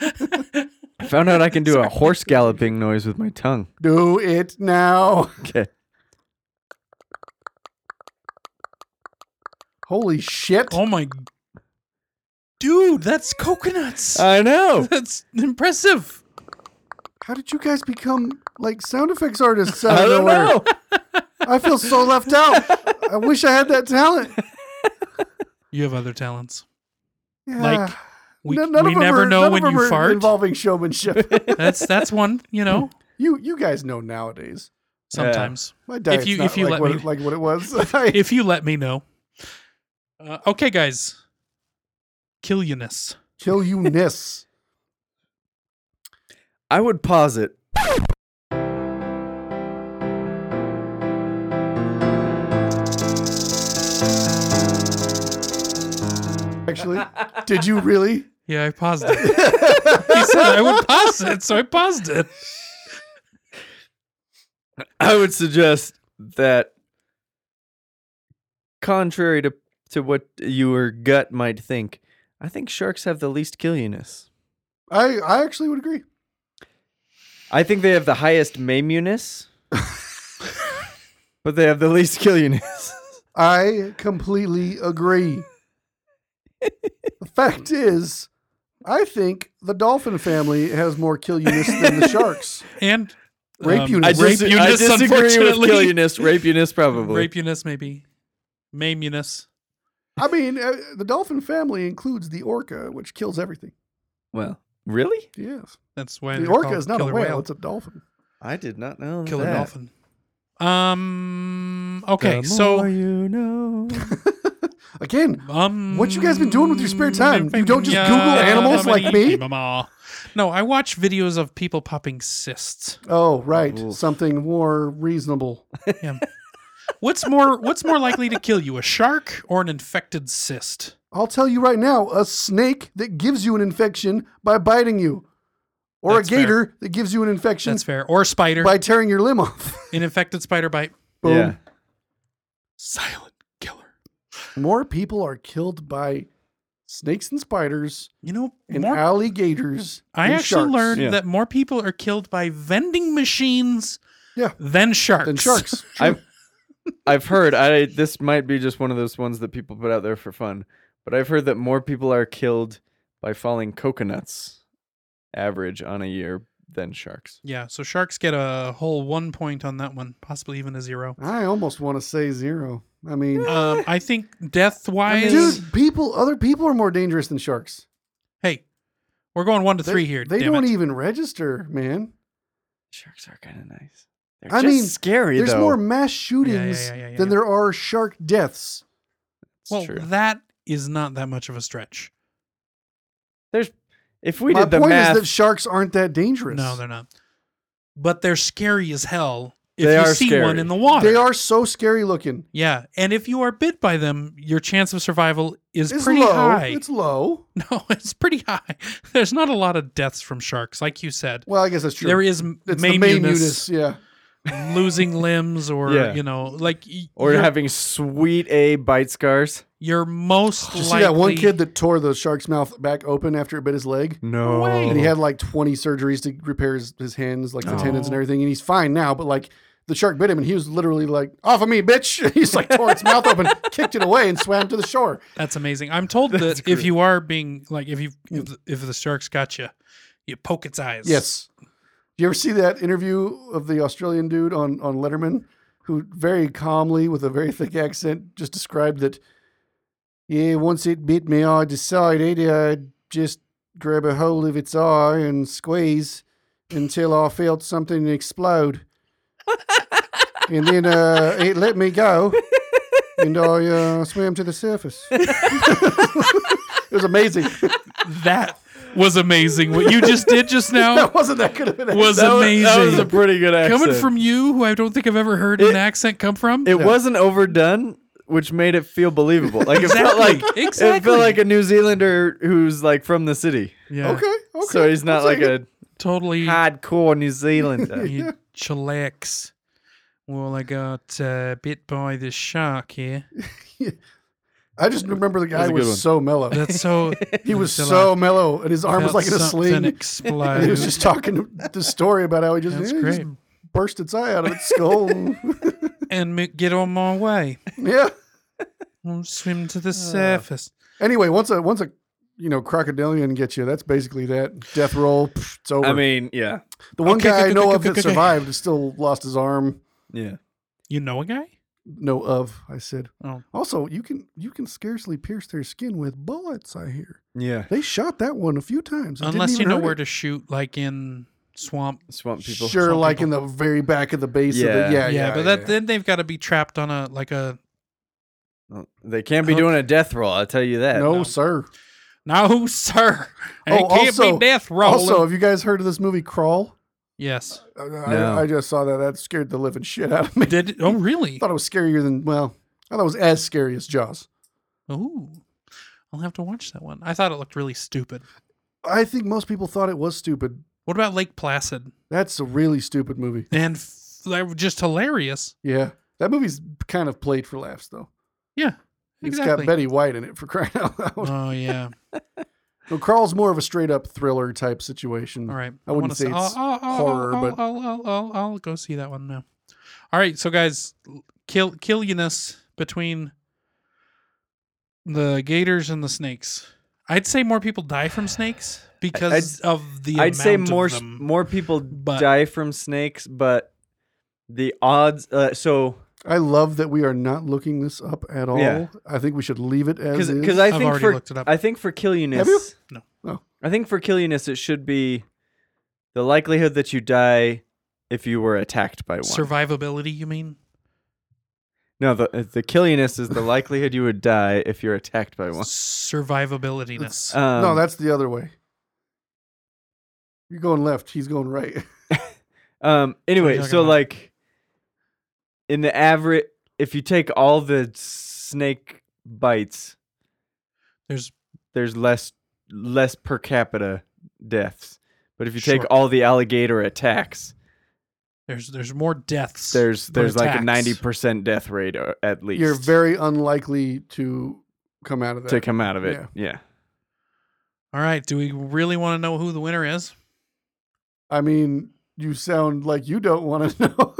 Speaker 5: I found out I can do a horse galloping noise with my tongue.
Speaker 4: Do it now.
Speaker 5: Okay.
Speaker 4: Holy shit!
Speaker 3: oh my dude, that's coconuts.
Speaker 5: I know.
Speaker 3: that's impressive.
Speaker 4: How did you guys become like sound effects artists out of
Speaker 5: I don't
Speaker 4: nowhere?
Speaker 5: know.
Speaker 4: I feel so left out. I wish I had that talent.
Speaker 3: You have other talents.
Speaker 4: Yeah.
Speaker 3: Like, We,
Speaker 4: N- none
Speaker 3: we
Speaker 4: of 'em
Speaker 3: never
Speaker 4: are- none
Speaker 3: know
Speaker 4: of
Speaker 3: when
Speaker 4: 'em
Speaker 3: you
Speaker 4: are
Speaker 3: fart.
Speaker 4: Involving showmanship.
Speaker 3: That's that's one, you know,
Speaker 4: you you guys know nowadays.
Speaker 3: sometimes.
Speaker 4: My diet's
Speaker 3: you-
Speaker 4: not
Speaker 3: if you
Speaker 4: like,
Speaker 3: let
Speaker 4: what,
Speaker 3: me-
Speaker 4: like what it was. I-
Speaker 3: If you let me know. Uh, okay, guys. Kill Eunice.
Speaker 4: Kill you, Nis.
Speaker 5: I would pause it.
Speaker 4: Actually, did you really?
Speaker 3: Yeah, I paused it. he said I would pause it, so I paused it.
Speaker 5: I would suggest that contrary to to what your gut might think, I think sharks have the least killiness.
Speaker 4: I I actually would agree.
Speaker 5: I think they have the highest mamuness, but they have the least killiness.
Speaker 4: I completely agree. the fact is, I think the dolphin family has more kill you Nis than the sharks.
Speaker 3: And
Speaker 4: Rape
Speaker 3: um,
Speaker 4: Eunice. I
Speaker 3: rape
Speaker 5: I
Speaker 3: Eunice,
Speaker 5: disagree
Speaker 3: unfortunately.
Speaker 5: with killiness. Rapuness, probably.
Speaker 3: Rape Eunice, maybe. Maim Eunice.
Speaker 4: I mean, uh, the dolphin family includes the orca, which kills everything.
Speaker 5: well, really?
Speaker 4: Yes.
Speaker 3: That's why
Speaker 4: the
Speaker 3: they're
Speaker 4: orca
Speaker 3: called
Speaker 4: is not a
Speaker 3: killer
Speaker 4: whale, it's a dolphin.
Speaker 5: I did not know
Speaker 3: killer
Speaker 5: that.
Speaker 3: dolphin. Um.
Speaker 5: The
Speaker 3: Okay.
Speaker 5: more
Speaker 3: So.
Speaker 5: you know.
Speaker 4: Again,
Speaker 3: Um.
Speaker 4: What you guys been doing with your spare time? You don't just Google animals like me?
Speaker 3: No, I watch videos of people popping cysts.
Speaker 4: Oh, right.
Speaker 5: Oof.
Speaker 4: Something more reasonable.
Speaker 3: What's more? What's more likely to kill you, a shark or an infected cyst?
Speaker 4: I'll tell you right now a snake that gives you an infection by biting you, or
Speaker 3: That's
Speaker 4: a
Speaker 3: fair.
Speaker 4: gator that gives you an infection
Speaker 3: That's fair. Or a spider,
Speaker 4: by tearing your limb off.
Speaker 3: an infected spider bite.
Speaker 4: Boom.
Speaker 5: Yeah.
Speaker 3: Silent killer.
Speaker 4: More people are killed by snakes and spiders
Speaker 3: You know,
Speaker 4: and
Speaker 3: more
Speaker 4: alligators.
Speaker 3: I
Speaker 4: and
Speaker 3: actually
Speaker 4: sharks
Speaker 3: learned
Speaker 5: Yeah.
Speaker 3: that more people are killed by vending machines
Speaker 4: Yeah.
Speaker 3: than sharks.
Speaker 4: than sharks.
Speaker 5: I've I've heard. I this might be just one of those ones that people put out there for fun, But I've heard that more people are killed by falling coconuts average on a year than sharks.
Speaker 3: Yeah, so sharks get a whole one point on that one, possibly even a zero.
Speaker 4: I almost want to say zero. I mean,
Speaker 3: Um, I think death wise,
Speaker 4: dude, people, other people are more dangerous than sharks.
Speaker 3: hey, we're going one to
Speaker 4: They-
Speaker 3: three here.
Speaker 4: They
Speaker 3: damn
Speaker 4: don't
Speaker 3: it.
Speaker 4: even register, man.
Speaker 5: Sharks are kind of nice. They're
Speaker 4: I
Speaker 5: just
Speaker 4: mean,
Speaker 5: scary
Speaker 4: There's
Speaker 5: though.
Speaker 4: more mass shootings
Speaker 3: yeah, yeah, yeah,
Speaker 4: than
Speaker 3: yeah.
Speaker 4: there are shark deaths.
Speaker 5: It's
Speaker 3: Well,
Speaker 5: true.
Speaker 3: that is not that much of a stretch.
Speaker 5: There's if we
Speaker 4: My
Speaker 5: did the
Speaker 4: point
Speaker 5: math,
Speaker 4: is that sharks aren't that dangerous.
Speaker 3: No, they're not. But they're scary as hell if
Speaker 5: They
Speaker 3: you
Speaker 5: are
Speaker 3: see one
Speaker 5: scary.
Speaker 3: in the water.
Speaker 4: They are so scary looking.
Speaker 3: Yeah, and if you are bit by them, your chance of survival is
Speaker 4: It's
Speaker 3: pretty
Speaker 4: low.
Speaker 3: high.
Speaker 4: It's low.
Speaker 3: no, it's pretty high. There's not a lot of deaths from sharks, like you said.
Speaker 4: Well, I guess that's true.
Speaker 3: There is
Speaker 4: it's
Speaker 3: main
Speaker 4: the main
Speaker 3: munis,
Speaker 4: munis. Yeah.
Speaker 3: losing limbs, or
Speaker 5: Yeah.
Speaker 3: you know, like y-
Speaker 5: or
Speaker 3: you're,
Speaker 5: having sweet A bite scars.
Speaker 3: you're most
Speaker 4: Did you see
Speaker 3: likely.
Speaker 4: that one kid that tore the shark's mouth back open after it bit his leg?
Speaker 5: No.
Speaker 3: way.
Speaker 4: And he had like 20 surgeries to repair his, his hands, like the tendons and
Speaker 3: Oh.
Speaker 4: everything. And he's fine now, but like the shark bit him and he was literally like, off of me, bitch. He's like tore its mouth open, kicked it away, and swam to the shore.
Speaker 3: That's amazing. I'm told
Speaker 5: That's
Speaker 3: that if
Speaker 5: great.
Speaker 3: you are being like if you if the, if the shark's got you, you poke its eyes.
Speaker 4: Yes. Do you ever see that interview of the Australian dude on, on Letterman who very calmly, with a very thick accent, just described that, yeah, once it bit me, I decided I'd just grab a hold of its eye and squeeze until I felt something explode. and then uh, it let me go and I uh, swam to the surface. it was amazing.
Speaker 3: that was amazing. What you just did just now
Speaker 4: that wasn't that good of an
Speaker 3: was
Speaker 5: That Um, was,
Speaker 3: amazing.
Speaker 5: that was a pretty good accent.
Speaker 3: Coming from you, who I don't think I've ever heard an
Speaker 5: It-
Speaker 3: accent come from.
Speaker 5: it wasn't overdone, which made it feel believable. Like it felt
Speaker 3: Exactly,
Speaker 5: like it
Speaker 3: exactly.
Speaker 5: felt like a New Zealander who's like from the city.
Speaker 3: yeah,
Speaker 4: Okay, okay.
Speaker 5: So he's not
Speaker 4: I'll
Speaker 5: like
Speaker 4: take it.
Speaker 5: a
Speaker 3: totally.
Speaker 5: hardcore New Zealander.
Speaker 3: You chillax. Well, I got uh, bit by this shark here.
Speaker 4: I just remember the guy
Speaker 5: a good
Speaker 4: was
Speaker 5: one.
Speaker 4: so mellow.
Speaker 3: That's so.
Speaker 4: He was
Speaker 3: Until
Speaker 4: so mellow, and his arm was
Speaker 3: felt
Speaker 4: like in a
Speaker 3: something
Speaker 4: sling.
Speaker 3: Explode.
Speaker 4: And he was just talking the story about how he just,
Speaker 3: That's
Speaker 4: yeah, he just
Speaker 3: great.
Speaker 4: burst its eye out of its skull.
Speaker 3: and me- get on my way.
Speaker 4: yeah.
Speaker 3: I'll swim
Speaker 4: Uh.
Speaker 3: to the surface.
Speaker 4: Anyway, once a once a you know crocodilian gets you, that's basically that death roll. pff, It's over.
Speaker 5: I mean, yeah,
Speaker 4: the one
Speaker 3: okay,
Speaker 4: guy
Speaker 3: okay,
Speaker 4: I know
Speaker 3: okay,
Speaker 4: of
Speaker 3: okay,
Speaker 4: that
Speaker 3: okay.
Speaker 4: survived still lost his arm.
Speaker 5: yeah.
Speaker 3: You know a guy?
Speaker 4: No of, I said.
Speaker 3: Oh.
Speaker 4: Also, you can you can scarcely pierce their skin with bullets. I hear
Speaker 5: Yeah.
Speaker 4: they shot that one a few times. It didn't
Speaker 3: Unless
Speaker 4: even
Speaker 3: you know
Speaker 4: hurt
Speaker 3: where
Speaker 4: it.
Speaker 3: to shoot, like in swamp.
Speaker 5: Swamp people.
Speaker 4: Sure,
Speaker 3: Some
Speaker 4: like
Speaker 3: people.
Speaker 4: in the very back of the base. Of
Speaker 5: Yeah.
Speaker 4: the, yeah,
Speaker 3: Yeah,
Speaker 4: yeah,
Speaker 3: but
Speaker 4: yeah,
Speaker 3: that then they've got to be trapped on a like a
Speaker 5: They can't be
Speaker 3: Hook.
Speaker 5: doing a death roll, I'll tell you that.
Speaker 4: no, sir.
Speaker 3: no, sir. It
Speaker 4: Oh,
Speaker 3: can't
Speaker 4: also-
Speaker 3: be death roll.
Speaker 4: Also, have you guys heard of this movie Crawl? Uh,
Speaker 3: yes.
Speaker 4: I,
Speaker 5: No.
Speaker 4: I, I just saw that. That scared the living shit out of me.
Speaker 3: Did it- oh
Speaker 4: I
Speaker 3: really?
Speaker 4: thought it was scarier than well, I thought it was as scary as Jaws.
Speaker 3: Ooh, I'll have to watch that one. I thought it looked really stupid.
Speaker 4: I think most people thought it was stupid.
Speaker 3: What about Lake Placid?
Speaker 4: That's a really stupid movie.
Speaker 3: And f- like, just hilarious.
Speaker 4: Yeah, that movie's kind of played for laughs though.
Speaker 3: Yeah,
Speaker 4: It's got
Speaker 3: exactly.
Speaker 4: Betty White in it for crying out loud.
Speaker 3: Oh yeah.
Speaker 4: No, Crawl's more of a straight up thriller type situation.
Speaker 3: All right.
Speaker 4: I wouldn't
Speaker 3: wanna
Speaker 4: say
Speaker 3: I'll-
Speaker 4: it's
Speaker 3: I'll- I'll-
Speaker 4: horror,
Speaker 3: I'll,
Speaker 4: but-
Speaker 3: I'll, I'll, I'll, I'll go see that one now. All right, so guys, kill killiness between the gators and the snakes. I'd say more people die from snakes because of the.
Speaker 5: I'd say
Speaker 3: amount of
Speaker 5: more s-
Speaker 3: them.
Speaker 5: more people
Speaker 3: but-
Speaker 5: die from snakes, but the odds uh, so
Speaker 4: I love that we are not looking this up at all.
Speaker 5: Yeah.
Speaker 4: I think we should leave it as
Speaker 5: cuz
Speaker 4: is.
Speaker 5: I
Speaker 3: I've
Speaker 5: think
Speaker 3: already
Speaker 5: for
Speaker 3: looked it up. Oh.
Speaker 5: I think for
Speaker 4: Have you?
Speaker 5: killiness
Speaker 3: No.
Speaker 4: No.
Speaker 5: I think for killiness it should be the likelihood that you die if you were attacked by one.
Speaker 3: Survivability, you mean?
Speaker 5: no, the uh, the killiness is the likelihood you would die if you're attacked by one.
Speaker 3: Survivabilityness.
Speaker 5: Um,
Speaker 4: no, that's the other way. You're going left. He's going right.
Speaker 5: Um. Anyway,
Speaker 3: talking
Speaker 5: so
Speaker 3: about?
Speaker 5: like, in the average, if you take all the snake bites,
Speaker 3: There's
Speaker 5: there's less less per capita deaths. But if you
Speaker 3: Sure.
Speaker 5: take all the alligator attacks,
Speaker 3: there's there's more deaths.
Speaker 5: there's
Speaker 3: Per
Speaker 5: there's like a
Speaker 3: attacks.
Speaker 5: ninety percent death rate or, at least.
Speaker 4: You're very unlikely to come out of that.
Speaker 5: to come out of it. Yeah.
Speaker 3: All right. Do we really want to know who the winner is?
Speaker 4: I mean, you sound like you don't want to know.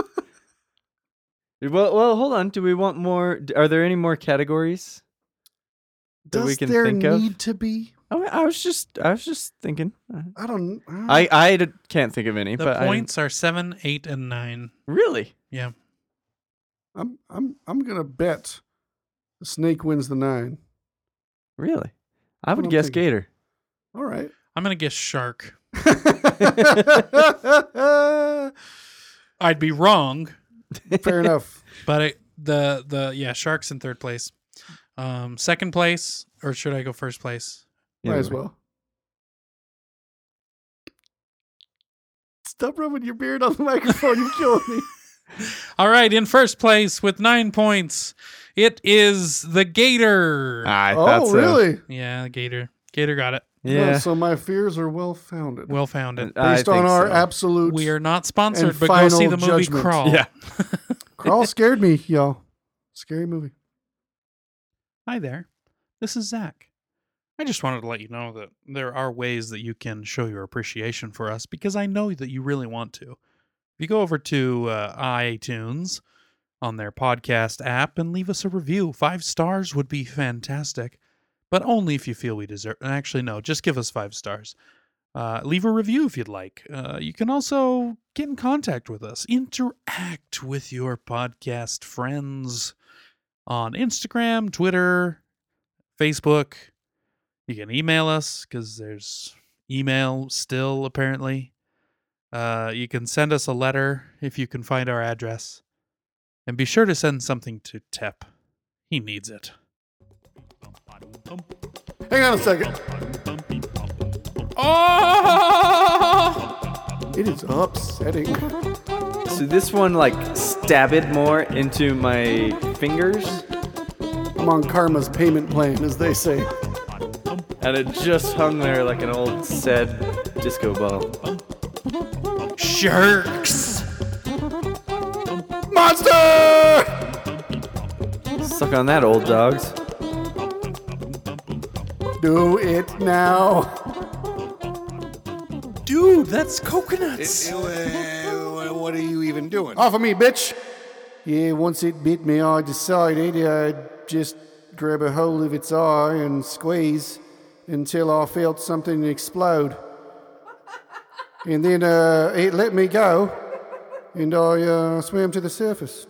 Speaker 5: Well, well, hold on. Do we want more? d- Are there any more categories? that
Speaker 4: Does
Speaker 5: we can
Speaker 4: there
Speaker 5: think of?
Speaker 4: need Mm. to be?
Speaker 5: I, mean, I was just I was just thinking.
Speaker 4: I don't. uh, I,
Speaker 5: I I d- can't think of any.
Speaker 3: The
Speaker 5: but I-
Speaker 3: points are seven, eight, and nine.
Speaker 5: really?
Speaker 3: Yeah.
Speaker 4: I'm I'm I'm gonna bet the snake wins the nine.
Speaker 5: Really? I would
Speaker 4: don't
Speaker 5: guess
Speaker 4: think-
Speaker 5: Gator.
Speaker 4: All right.
Speaker 3: I'm gonna guess shark. I'd be wrong,
Speaker 4: Fair enough.
Speaker 3: but it, the the yeah sharks in third place. Um, second place, or should I go first place?
Speaker 4: Might
Speaker 5: Either
Speaker 4: as
Speaker 5: way.
Speaker 4: well. Stop rubbing your beard on the microphone. You're killing me.
Speaker 3: All right, in first place with nine points, it is the gator.
Speaker 5: I thought
Speaker 4: oh,
Speaker 5: so.
Speaker 4: really?
Speaker 3: Yeah, the gator. Gator got it.
Speaker 4: Well,
Speaker 5: Yeah.
Speaker 4: so my fears are well founded.
Speaker 3: Well founded.
Speaker 5: I
Speaker 4: Based on
Speaker 5: think
Speaker 4: our
Speaker 5: so.
Speaker 4: absolute.
Speaker 3: We are not sponsored,
Speaker 4: And
Speaker 3: but go see
Speaker 4: final
Speaker 3: the movie
Speaker 4: judgment.
Speaker 3: Crawl.
Speaker 5: Yeah.
Speaker 4: Crawl scared me, y'all. Scary movie.
Speaker 3: Hi there. This is Zach. I just wanted to let you know that there are ways that you can show your appreciation for us because I know that you really want to. If you go over to uh, iTunes on their podcast app and leave us a review, five stars would be fantastic, but only if you feel we deserve. Actually, no, just give us five stars. Uh, leave a review if you'd like. Uh, you can also get in contact with us, interact with your podcast friends on Instagram, Twitter, Facebook. You can email us because there's email still apparently. Uh, you can send us a letter if you can find our address, and be sure to send something to Tep. He needs it.
Speaker 4: Hang on a second.
Speaker 3: Oh!
Speaker 4: It is upsetting.
Speaker 5: So this one like stabbed more into my fingers,
Speaker 4: I'm on karma's payment plan, as they say.
Speaker 5: and it just hung there like an old sad disco ball.
Speaker 3: Jerks!
Speaker 4: Monster!
Speaker 5: Suck on that, old dogs.
Speaker 4: Do it now.
Speaker 3: Dude, that's coconuts!
Speaker 2: what are you even doing?
Speaker 4: Off of me, bitch. Yeah, once it bit me, I decided I'd just grab a hold of its eye and squeeze until I felt something explode. And then uh, it let me go, and I uh, swam to the surface.